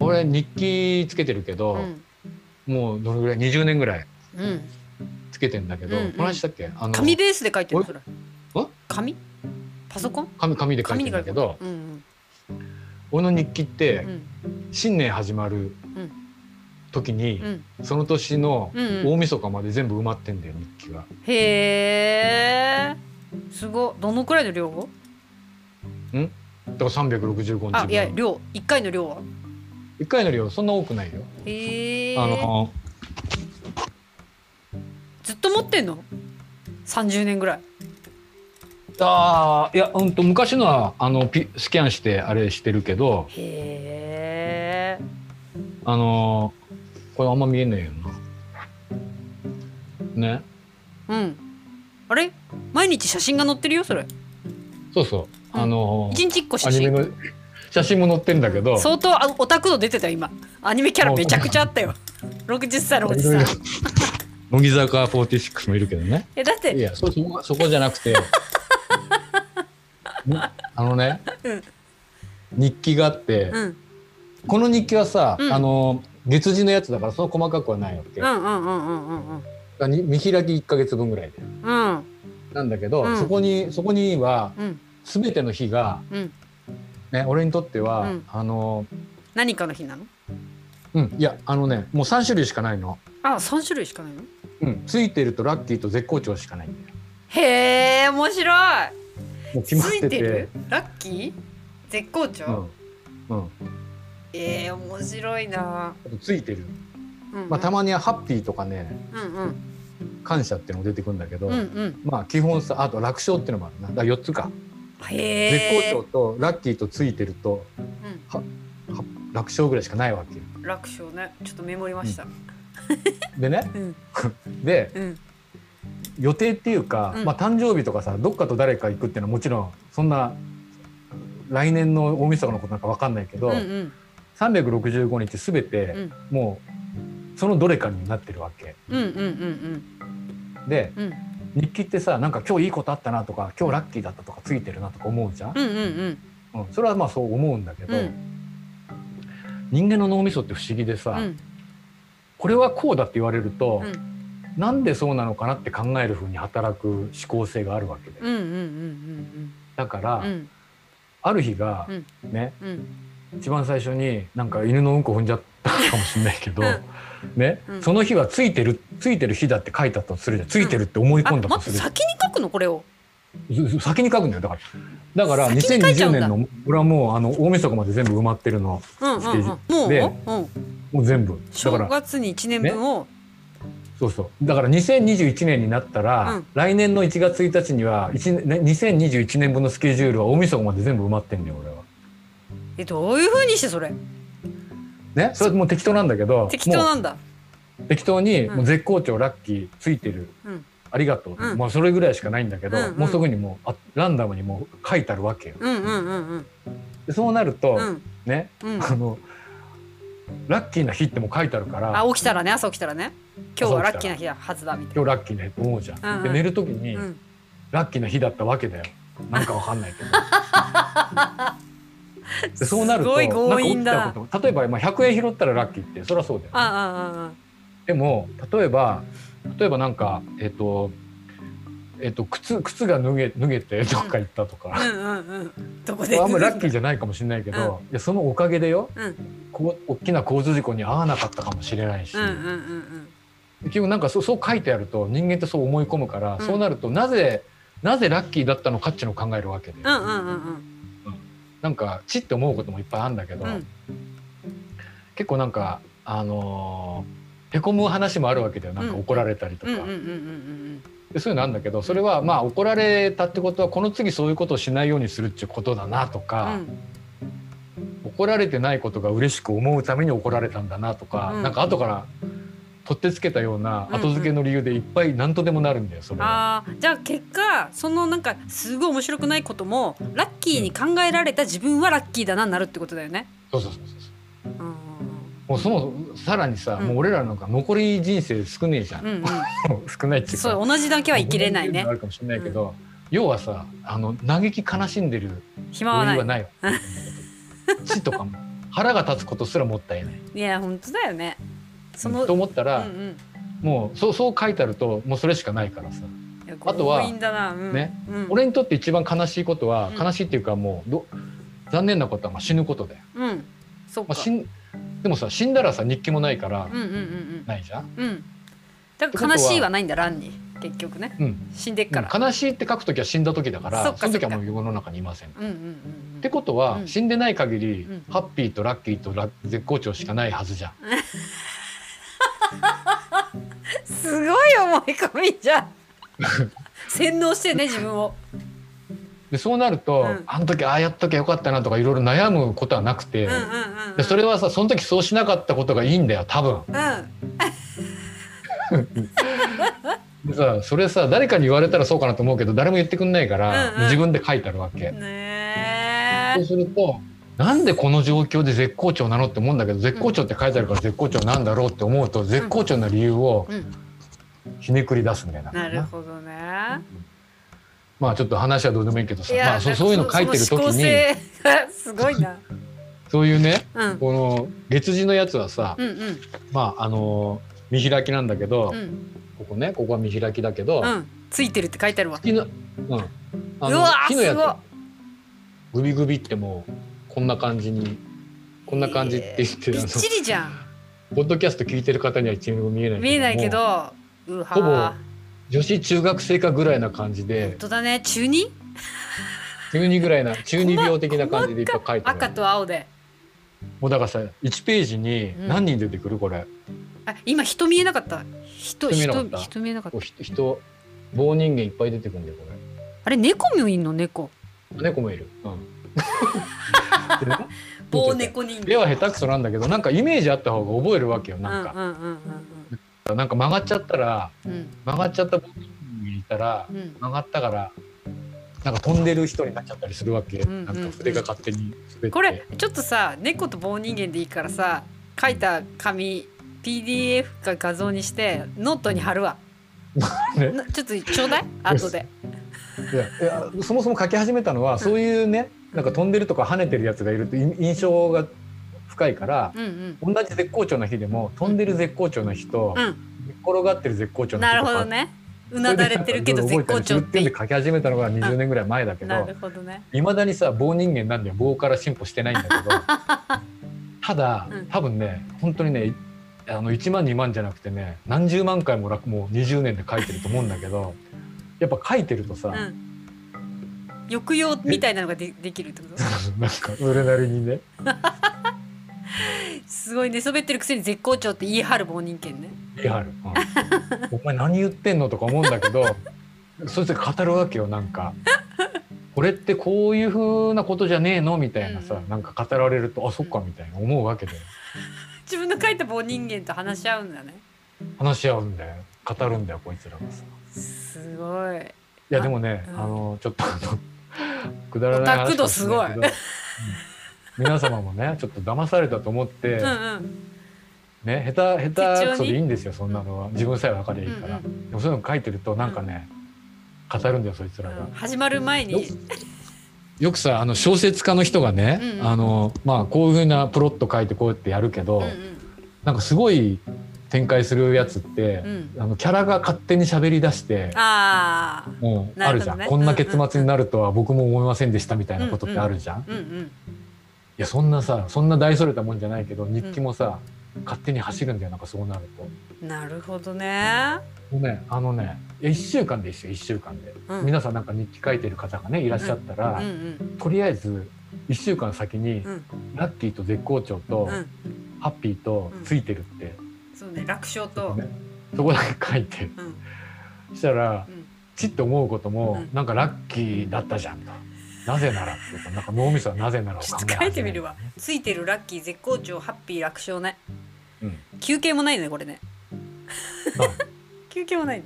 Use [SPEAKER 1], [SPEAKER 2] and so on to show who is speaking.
[SPEAKER 1] 俺日記つけてるけど、
[SPEAKER 2] うん
[SPEAKER 1] もうどれぐらい20年ぐらい
[SPEAKER 2] うん、
[SPEAKER 1] つけてんだけど、
[SPEAKER 2] うんうん
[SPEAKER 1] この話したっけあの
[SPEAKER 2] 紙ベースで書いてるそれ
[SPEAKER 1] お
[SPEAKER 2] 紙パソコン
[SPEAKER 1] 紙紙で書いてんだけど
[SPEAKER 2] うんうん
[SPEAKER 1] 俺の日記っ
[SPEAKER 2] う
[SPEAKER 1] て
[SPEAKER 2] ん
[SPEAKER 1] 新年始まる
[SPEAKER 2] ん
[SPEAKER 1] 時に、
[SPEAKER 2] うん
[SPEAKER 1] その年の
[SPEAKER 2] うんう
[SPEAKER 1] 大
[SPEAKER 2] ん
[SPEAKER 1] 晦日まで全部埋まってんだよ日記が。
[SPEAKER 2] へえすごいどのくらいの量を
[SPEAKER 1] だから365
[SPEAKER 2] あ
[SPEAKER 1] 日
[SPEAKER 2] いや
[SPEAKER 1] 分。
[SPEAKER 2] 量一回の量は
[SPEAKER 1] 一回の量そんな多くないよ。
[SPEAKER 2] へえ
[SPEAKER 1] あの
[SPEAKER 2] ずっと持ってんの30年ぐらい
[SPEAKER 1] あーいやうんと昔のはあのピスキャンしてあれしてるけど
[SPEAKER 2] へえ
[SPEAKER 1] あのこれあんま見えないよな。ね
[SPEAKER 2] うんあれ毎日写真が載ってるよそれ
[SPEAKER 1] そうそう
[SPEAKER 2] うん
[SPEAKER 1] あの
[SPEAKER 2] 一日一個写
[SPEAKER 1] アニメ
[SPEAKER 2] 真
[SPEAKER 1] の写真も載ってんだけど
[SPEAKER 2] 相当あオタク度出てたよ今アニメキャラめちゃくちゃあったよ 60歳のおじさん
[SPEAKER 1] いろ
[SPEAKER 2] い
[SPEAKER 1] いろ 乃木坂46もいるけどね。
[SPEAKER 2] やだって
[SPEAKER 1] いやそそこそこじゃなくて んあのね、
[SPEAKER 2] うん
[SPEAKER 1] 日記があって、
[SPEAKER 2] うん
[SPEAKER 1] この日記はさ、
[SPEAKER 2] うん
[SPEAKER 1] あの月次のやつだからそんな細かくはないわけ、
[SPEAKER 2] うんうんうんうんうん
[SPEAKER 1] だに見開き1か月分ぐらいで
[SPEAKER 2] うん
[SPEAKER 1] なんだけど、
[SPEAKER 2] うん
[SPEAKER 1] そこにそこには
[SPEAKER 2] うん
[SPEAKER 1] 全ての日が、
[SPEAKER 2] うん
[SPEAKER 1] ね、俺にとっては、
[SPEAKER 2] うん
[SPEAKER 1] あの
[SPEAKER 2] 何かの日なの
[SPEAKER 1] うんいやあのねもう3種類しかないの、
[SPEAKER 2] あ三種類しかないの
[SPEAKER 1] うん、ついてるとラッキーと絶好調しかないんだよ
[SPEAKER 2] へえ面白い
[SPEAKER 1] もう決まってて
[SPEAKER 2] ついてるラッキー絶好調、
[SPEAKER 1] うんうん、
[SPEAKER 2] えー、面白いな、
[SPEAKER 1] あとついてる、
[SPEAKER 2] うんうん、
[SPEAKER 1] まあ、たまにはハッピーとかね
[SPEAKER 2] うんうん
[SPEAKER 1] 感謝っていうのも出てくるんだけど、
[SPEAKER 2] うんうん
[SPEAKER 1] まあ基本さあと楽勝っていうのもあるなだから4つか、
[SPEAKER 2] へえ
[SPEAKER 1] 絶好調とラッキーとついてるとは楽勝ぐらいしかないわけよ
[SPEAKER 2] うん、楽勝ねちょっとメモりました
[SPEAKER 1] でね
[SPEAKER 2] うん
[SPEAKER 1] で
[SPEAKER 2] うん
[SPEAKER 1] 予定っていうか、
[SPEAKER 2] うん
[SPEAKER 1] まあ、誕生日とかさどっかと誰か行くっていうのはもちろんそんな来年の大晦日のことなんか分かんないけど、
[SPEAKER 2] うんうん
[SPEAKER 1] 365日すべて
[SPEAKER 2] うん
[SPEAKER 1] もうそのどれかになってるわけ
[SPEAKER 2] うんうんうん
[SPEAKER 1] で
[SPEAKER 2] うんうん
[SPEAKER 1] 日記ってさなんか今日いいことあったなとか今日ラッキーだったとかついてるなとか思うじゃん、
[SPEAKER 2] うんうん
[SPEAKER 1] うんそれはまあそう思うんだけ
[SPEAKER 2] うんう
[SPEAKER 1] ど、
[SPEAKER 2] ん
[SPEAKER 1] 人間の脳みそって不思議でさ、
[SPEAKER 2] うん
[SPEAKER 1] これはこうだって言われると、
[SPEAKER 2] う
[SPEAKER 1] なんでそうなのかなって考えるふうに働く思考性があるわけで、
[SPEAKER 2] うんうんうん
[SPEAKER 1] だから、
[SPEAKER 2] うんうん
[SPEAKER 1] ある日が、
[SPEAKER 2] うん
[SPEAKER 1] ね
[SPEAKER 2] うん
[SPEAKER 1] 一番最初になんか犬のうんこ踏んじゃったかもしれないけど、
[SPEAKER 2] うん
[SPEAKER 1] ね、
[SPEAKER 2] うん
[SPEAKER 1] その日はついてるついてる日だって書いたとするじゃんついてるって思い
[SPEAKER 2] あ
[SPEAKER 1] 込んだ
[SPEAKER 2] 待
[SPEAKER 1] と
[SPEAKER 2] って
[SPEAKER 1] する、
[SPEAKER 2] 先に書くのこれを
[SPEAKER 1] ず先に書くんだよだからだから
[SPEAKER 2] 先に書いちゃう
[SPEAKER 1] 2020
[SPEAKER 2] んだ
[SPEAKER 1] 年の俺はもうあの大晦日まで全部埋まってるの
[SPEAKER 2] うんうんうんもう、
[SPEAKER 1] で
[SPEAKER 2] うん、
[SPEAKER 1] もう全部だ
[SPEAKER 2] 正
[SPEAKER 1] から
[SPEAKER 2] 月に一年分を、
[SPEAKER 1] そうそうだから2021年になったら、
[SPEAKER 2] うん
[SPEAKER 1] 来年の1月1日には1ね2021年分のスケジュールは大晦日まで全部埋まってんねよ俺は。
[SPEAKER 2] えどういう風にしてそれ
[SPEAKER 1] ね、それもう適当なんだけど
[SPEAKER 2] 適当な
[SPEAKER 1] も
[SPEAKER 2] んだ
[SPEAKER 1] う適当に、
[SPEAKER 2] うん
[SPEAKER 1] もう絶好調ラッキーついてる
[SPEAKER 2] うん
[SPEAKER 1] ありがとう、
[SPEAKER 2] うん
[SPEAKER 1] まあそれぐらいしかないんだけど、
[SPEAKER 2] うんうん
[SPEAKER 1] もうすぐにもうあランダムにもう書いてあるわけよ。
[SPEAKER 2] うんうんうんうん
[SPEAKER 1] でそうなると、
[SPEAKER 2] うん
[SPEAKER 1] ね
[SPEAKER 2] うん
[SPEAKER 1] あのラッキーな日ってもう書いてあるから
[SPEAKER 2] あ起きたらね朝起きたらね今日はラッキーな日だはずだみたい
[SPEAKER 1] 今日ラッキーねって思うじゃん。
[SPEAKER 2] うんうん
[SPEAKER 1] で寝る時に、
[SPEAKER 2] な、うん、
[SPEAKER 1] ラッキーな日だったわけだよ。なんかわかんないけど。 でそうなると
[SPEAKER 2] すごい強引だ
[SPEAKER 1] なんか起きたこと例えば、まあ、100円拾ったらラッキーってそりゃそうだよ。
[SPEAKER 2] あああ
[SPEAKER 1] でも例えば例えばなんかえっ、とえっ、と靴靴が脱げ脱げてどっか行ったと
[SPEAKER 2] ああ
[SPEAKER 1] か、
[SPEAKER 2] うんうんうんどこで
[SPEAKER 1] あんまラッキーじゃないかもしれないけど、いやそのおかげでよ、
[SPEAKER 2] うん
[SPEAKER 1] こう大きな交通事故に遭わなかったかもしれないし、
[SPEAKER 2] うんうんうん
[SPEAKER 1] 結局なんかそうそう書いてあると人間ってそう思い込むから、
[SPEAKER 2] うん
[SPEAKER 1] そうなるとなぜなぜラッキーだったのかっていうのを考えるわけで、
[SPEAKER 2] うんうんうんうん
[SPEAKER 1] なんかちって思うこともいっぱいあるんだけど、
[SPEAKER 2] うん
[SPEAKER 1] 結構なんかあのーへこむ話もあるわけだよなんか怒られたりと
[SPEAKER 2] う
[SPEAKER 1] か。
[SPEAKER 2] んうんうんうん
[SPEAKER 1] でそういうのあるんだけどそれはまあ怒られたってことはこの次そういうことをしないようにするっていうことだなと
[SPEAKER 2] うんう
[SPEAKER 1] か、
[SPEAKER 2] ん
[SPEAKER 1] 怒られてないことが嬉しく思うために怒られたんだなとか、
[SPEAKER 2] うん
[SPEAKER 1] なんか後から取ってつけたような後付けの理由でいっぱい何とでもなるんだよそれは。
[SPEAKER 2] あーじゃあ結果そのなんかすごい面白くないこともラッキーに考えられた自分はラッキーだなになるってことだよね。
[SPEAKER 1] そうそうそうそう
[SPEAKER 2] うんうん
[SPEAKER 1] もうそもさらにさ、
[SPEAKER 2] うん
[SPEAKER 1] もう俺らなんか残り人生少ねえじゃん、
[SPEAKER 2] うんうん
[SPEAKER 1] もう少ないっていう
[SPEAKER 2] うん、
[SPEAKER 1] か
[SPEAKER 2] そう同じだけは生きれない
[SPEAKER 1] もう
[SPEAKER 2] ね
[SPEAKER 1] あるかもしれないけど、要はさあの嘆き悲しんでる
[SPEAKER 2] 暇は
[SPEAKER 1] 余
[SPEAKER 2] な
[SPEAKER 1] 裕
[SPEAKER 2] い
[SPEAKER 1] はないわ。地とかも腹が立つことすらもったいない
[SPEAKER 2] いや本当だよねその
[SPEAKER 1] と思った
[SPEAKER 2] う
[SPEAKER 1] ら、
[SPEAKER 2] ん
[SPEAKER 1] もうそうそう書いてあるともうそれしかないからさ
[SPEAKER 2] うん、いや
[SPEAKER 1] あとは
[SPEAKER 2] 強引だな、うん
[SPEAKER 1] ね
[SPEAKER 2] うん、
[SPEAKER 1] 俺にとって一番悲しいことは、
[SPEAKER 2] うん
[SPEAKER 1] 悲しいっていうかもうど残念なことはまあ死ぬことだよ、
[SPEAKER 2] うんそっ
[SPEAKER 1] まあ、
[SPEAKER 2] か、
[SPEAKER 1] 死んでもさ死んだらさ日記もないから、
[SPEAKER 2] うんうんうん
[SPEAKER 1] ないじゃん、
[SPEAKER 2] うんうんだから悲しいはないんだ欄に結局ね
[SPEAKER 1] うん、
[SPEAKER 2] 死んでっから、
[SPEAKER 1] 悲しいって書く時は死んだ時だから
[SPEAKER 2] そ
[SPEAKER 1] そ
[SPEAKER 2] っか
[SPEAKER 1] の時はもう世の中にいませんっ
[SPEAKER 2] うん、うんうんうん
[SPEAKER 1] てことは、
[SPEAKER 2] うん
[SPEAKER 1] 死んでない限り、
[SPEAKER 2] うん
[SPEAKER 1] ハッピーとラッキーとラ絶好調しかないはずじゃん
[SPEAKER 2] すごい思い込みじ ゃん洗脳してね自分を
[SPEAKER 1] でそうなると、
[SPEAKER 2] うん
[SPEAKER 1] あの時ああやっときゃよかったなとかいろいろ悩むことはなくて、
[SPEAKER 2] うんうんうんうん
[SPEAKER 1] でそれはさその時そうしなかったことがいいんだよ多分
[SPEAKER 2] うん
[SPEAKER 1] でさそれさ誰かに言われたらそうかなと思うけど誰も言ってくんないから、
[SPEAKER 2] うんうん
[SPEAKER 1] 自分で書いてあるわけ、
[SPEAKER 2] ね
[SPEAKER 1] そう
[SPEAKER 2] え
[SPEAKER 1] するとなんでこの状況で絶好調なのって思うんだけど絶好調って書いてあるから絶好調なんだろうって思うと、絶好調な理由を
[SPEAKER 2] うん
[SPEAKER 1] ひねくり出すんだよな,、
[SPEAKER 2] なるほどね
[SPEAKER 1] まあちょっと話はどうでもいいけどさ、まあ、そうそういうの書いてる時
[SPEAKER 2] その思考
[SPEAKER 1] に
[SPEAKER 2] 性がすごいな
[SPEAKER 1] そういうね
[SPEAKER 2] うん
[SPEAKER 1] この月次のやつはさ、
[SPEAKER 2] うんうん
[SPEAKER 1] まああの見開きなんだけど、
[SPEAKER 2] うん
[SPEAKER 1] ここねここは見開きだけど、
[SPEAKER 2] うんついてるって書いてあるわ
[SPEAKER 1] 木の、うん、あ
[SPEAKER 2] う
[SPEAKER 1] の
[SPEAKER 2] わー
[SPEAKER 1] 木のや
[SPEAKER 2] すごい
[SPEAKER 1] つグビグビってもうこんな感じにこんな感じって言って、
[SPEAKER 2] び
[SPEAKER 1] あ
[SPEAKER 2] っ
[SPEAKER 1] の
[SPEAKER 2] ちりじゃん
[SPEAKER 1] ポッドキャスト聞いてる方には一ミリも見えない
[SPEAKER 2] 見えないけ
[SPEAKER 1] もう
[SPEAKER 2] どうわ
[SPEAKER 1] ほぼ
[SPEAKER 2] 本
[SPEAKER 1] 女子中学生かぐらいな感じで
[SPEAKER 2] 当だね中二
[SPEAKER 1] 中二ぐらいな中二病的な感じでいっぱい書いてあ
[SPEAKER 2] 赤
[SPEAKER 1] る
[SPEAKER 2] と青で
[SPEAKER 1] もうだからさ1ページに何人出てくるこれ
[SPEAKER 2] あ今人見えなかった
[SPEAKER 1] 人
[SPEAKER 2] 人
[SPEAKER 1] 見え
[SPEAKER 2] 人
[SPEAKER 1] なかった
[SPEAKER 2] 人見えなかっ
[SPEAKER 1] こ
[SPEAKER 2] た
[SPEAKER 1] うひ人棒人間いっぱい出てくるんだよこ
[SPEAKER 2] あれ猫もいんの猫
[SPEAKER 1] れ猫もいる、 うん、でね
[SPEAKER 2] 棒猫人
[SPEAKER 1] 絵は下手くそなんだけどなんかイメージあった方が覚えるわけよなんか
[SPEAKER 2] う、んうんうん
[SPEAKER 1] なんか曲がっちゃったら
[SPEAKER 2] うんうん
[SPEAKER 1] 曲がっちゃった僕にいたら
[SPEAKER 2] うんうん
[SPEAKER 1] 曲がったからなんか飛んでる人になっちゃったりするわけ、
[SPEAKER 2] うんうん
[SPEAKER 1] なんか筆が勝手に滑って
[SPEAKER 2] これちょっとさ猫と棒人間でいいからさ書いた紙 PDF か画像にしてノートに貼るわ
[SPEAKER 1] ね
[SPEAKER 2] なちょっとちょうだい後で
[SPEAKER 1] いやいやそもそも書き始めたのはそういうねなんか飛んでるとか跳ねてるやつがいるとい印象が深いから
[SPEAKER 2] う、ん
[SPEAKER 1] 同じ絶好調な日でも飛んでる絶好調な日と、
[SPEAKER 2] うん
[SPEAKER 1] 寝っ転がってる絶好
[SPEAKER 2] う
[SPEAKER 1] 調
[SPEAKER 2] ん
[SPEAKER 1] な日
[SPEAKER 2] なる
[SPEAKER 1] と
[SPEAKER 2] ほ
[SPEAKER 1] か
[SPEAKER 2] どねうなだれてるけど
[SPEAKER 1] それ
[SPEAKER 2] 絶
[SPEAKER 1] でなん
[SPEAKER 2] 好
[SPEAKER 1] か
[SPEAKER 2] 調
[SPEAKER 1] い
[SPEAKER 2] っ
[SPEAKER 1] ろいろ覚えたりするってんで書き始
[SPEAKER 2] て
[SPEAKER 1] めたのが20年ぐらい前だけ
[SPEAKER 2] な
[SPEAKER 1] ど
[SPEAKER 2] るほどね
[SPEAKER 1] いまだにさ棒人間なんだよ棒から進歩してないんだ けどただ
[SPEAKER 2] うん
[SPEAKER 1] 多分ね本当にねあの1万2万じゃなくてね何十万回もらもう20年で書いてると思うんだけどやっぱ書いてるとさ、
[SPEAKER 2] うん抑揚みたいなのがでできるってこと
[SPEAKER 1] なんか俺なりにね
[SPEAKER 2] すごい寝そべってるくせに絶好調って言い張る棒人間ね
[SPEAKER 1] リアル、うんお前何言ってんのとか思うんだけどそいつが語るわけよなんかこれってこういうふうなことじゃねえのみたいなさ、
[SPEAKER 2] うん
[SPEAKER 1] なんか語られるとあそっかみたいな思うわけで
[SPEAKER 2] 自分の書いた棒人間と話し合うんだね
[SPEAKER 1] 話し合うんだよ語るんだよこいつらがさ。
[SPEAKER 2] すごい
[SPEAKER 1] いやでもね、
[SPEAKER 2] うん
[SPEAKER 1] あのちょっとあの くだらない話かもしれないけどう
[SPEAKER 2] オ
[SPEAKER 1] ん皆様もねちょっと騙されたと思って、
[SPEAKER 2] うんうん
[SPEAKER 1] ね下手下手くそ
[SPEAKER 2] 適当に
[SPEAKER 1] でいいんですよそんなのは自分さえ分かりゃいいから、
[SPEAKER 2] うんう
[SPEAKER 1] でもそういうの書いてるとなんかね、語るんだよそいつらが。
[SPEAKER 2] 始まる前
[SPEAKER 1] よ
[SPEAKER 2] に
[SPEAKER 1] よくさあの小説家の人がね、
[SPEAKER 2] うんうん
[SPEAKER 1] あのまあ、こういうふうなプロット書いてこうやってやるけど、なんかすごい展開するやつって
[SPEAKER 2] うんう、ん
[SPEAKER 1] あのキャラが勝手に喋り出して。
[SPEAKER 2] ああ
[SPEAKER 1] もう
[SPEAKER 2] な
[SPEAKER 1] あ
[SPEAKER 2] る
[SPEAKER 1] る
[SPEAKER 2] ほ
[SPEAKER 1] じゃ
[SPEAKER 2] ど
[SPEAKER 1] ん、
[SPEAKER 2] ね
[SPEAKER 1] こんな結末になるとは僕も思いませんでしたみたいなことってあるじゃん、い
[SPEAKER 2] うんうん
[SPEAKER 1] やそんなさそんな大それたもんじゃないけど日記もさ、勝手に走るんだよなんかそうなるとも
[SPEAKER 2] なるほどね。
[SPEAKER 1] うねあのねいや1週間でいいですよ1週間で、
[SPEAKER 2] うん
[SPEAKER 1] 皆さんなんか日記書いてる方がねいらっしゃったら、
[SPEAKER 2] うんうん
[SPEAKER 1] とりあえず1週間先に、
[SPEAKER 2] うん
[SPEAKER 1] ラッキーと絶好調と、
[SPEAKER 2] うん。
[SPEAKER 1] ハッピーと
[SPEAKER 2] うん
[SPEAKER 1] ついてるって、
[SPEAKER 2] そうね楽勝と。
[SPEAKER 1] ねそこだけ書いて
[SPEAKER 2] うん
[SPEAKER 1] したら、
[SPEAKER 2] うん
[SPEAKER 1] ちっと思うことも、
[SPEAKER 2] うん
[SPEAKER 1] なんかラッキーだったじゃんと。なぜならっていうとなんか脳みそはなぜならを
[SPEAKER 2] ち
[SPEAKER 1] 考
[SPEAKER 2] ょっ
[SPEAKER 1] え始
[SPEAKER 2] と書
[SPEAKER 1] め
[SPEAKER 2] いてみるわ。ついてるラッキー絶好調ハッピー楽勝ね。
[SPEAKER 1] うん
[SPEAKER 2] 休憩もないねこれね。
[SPEAKER 1] まあ
[SPEAKER 2] 休憩もないね。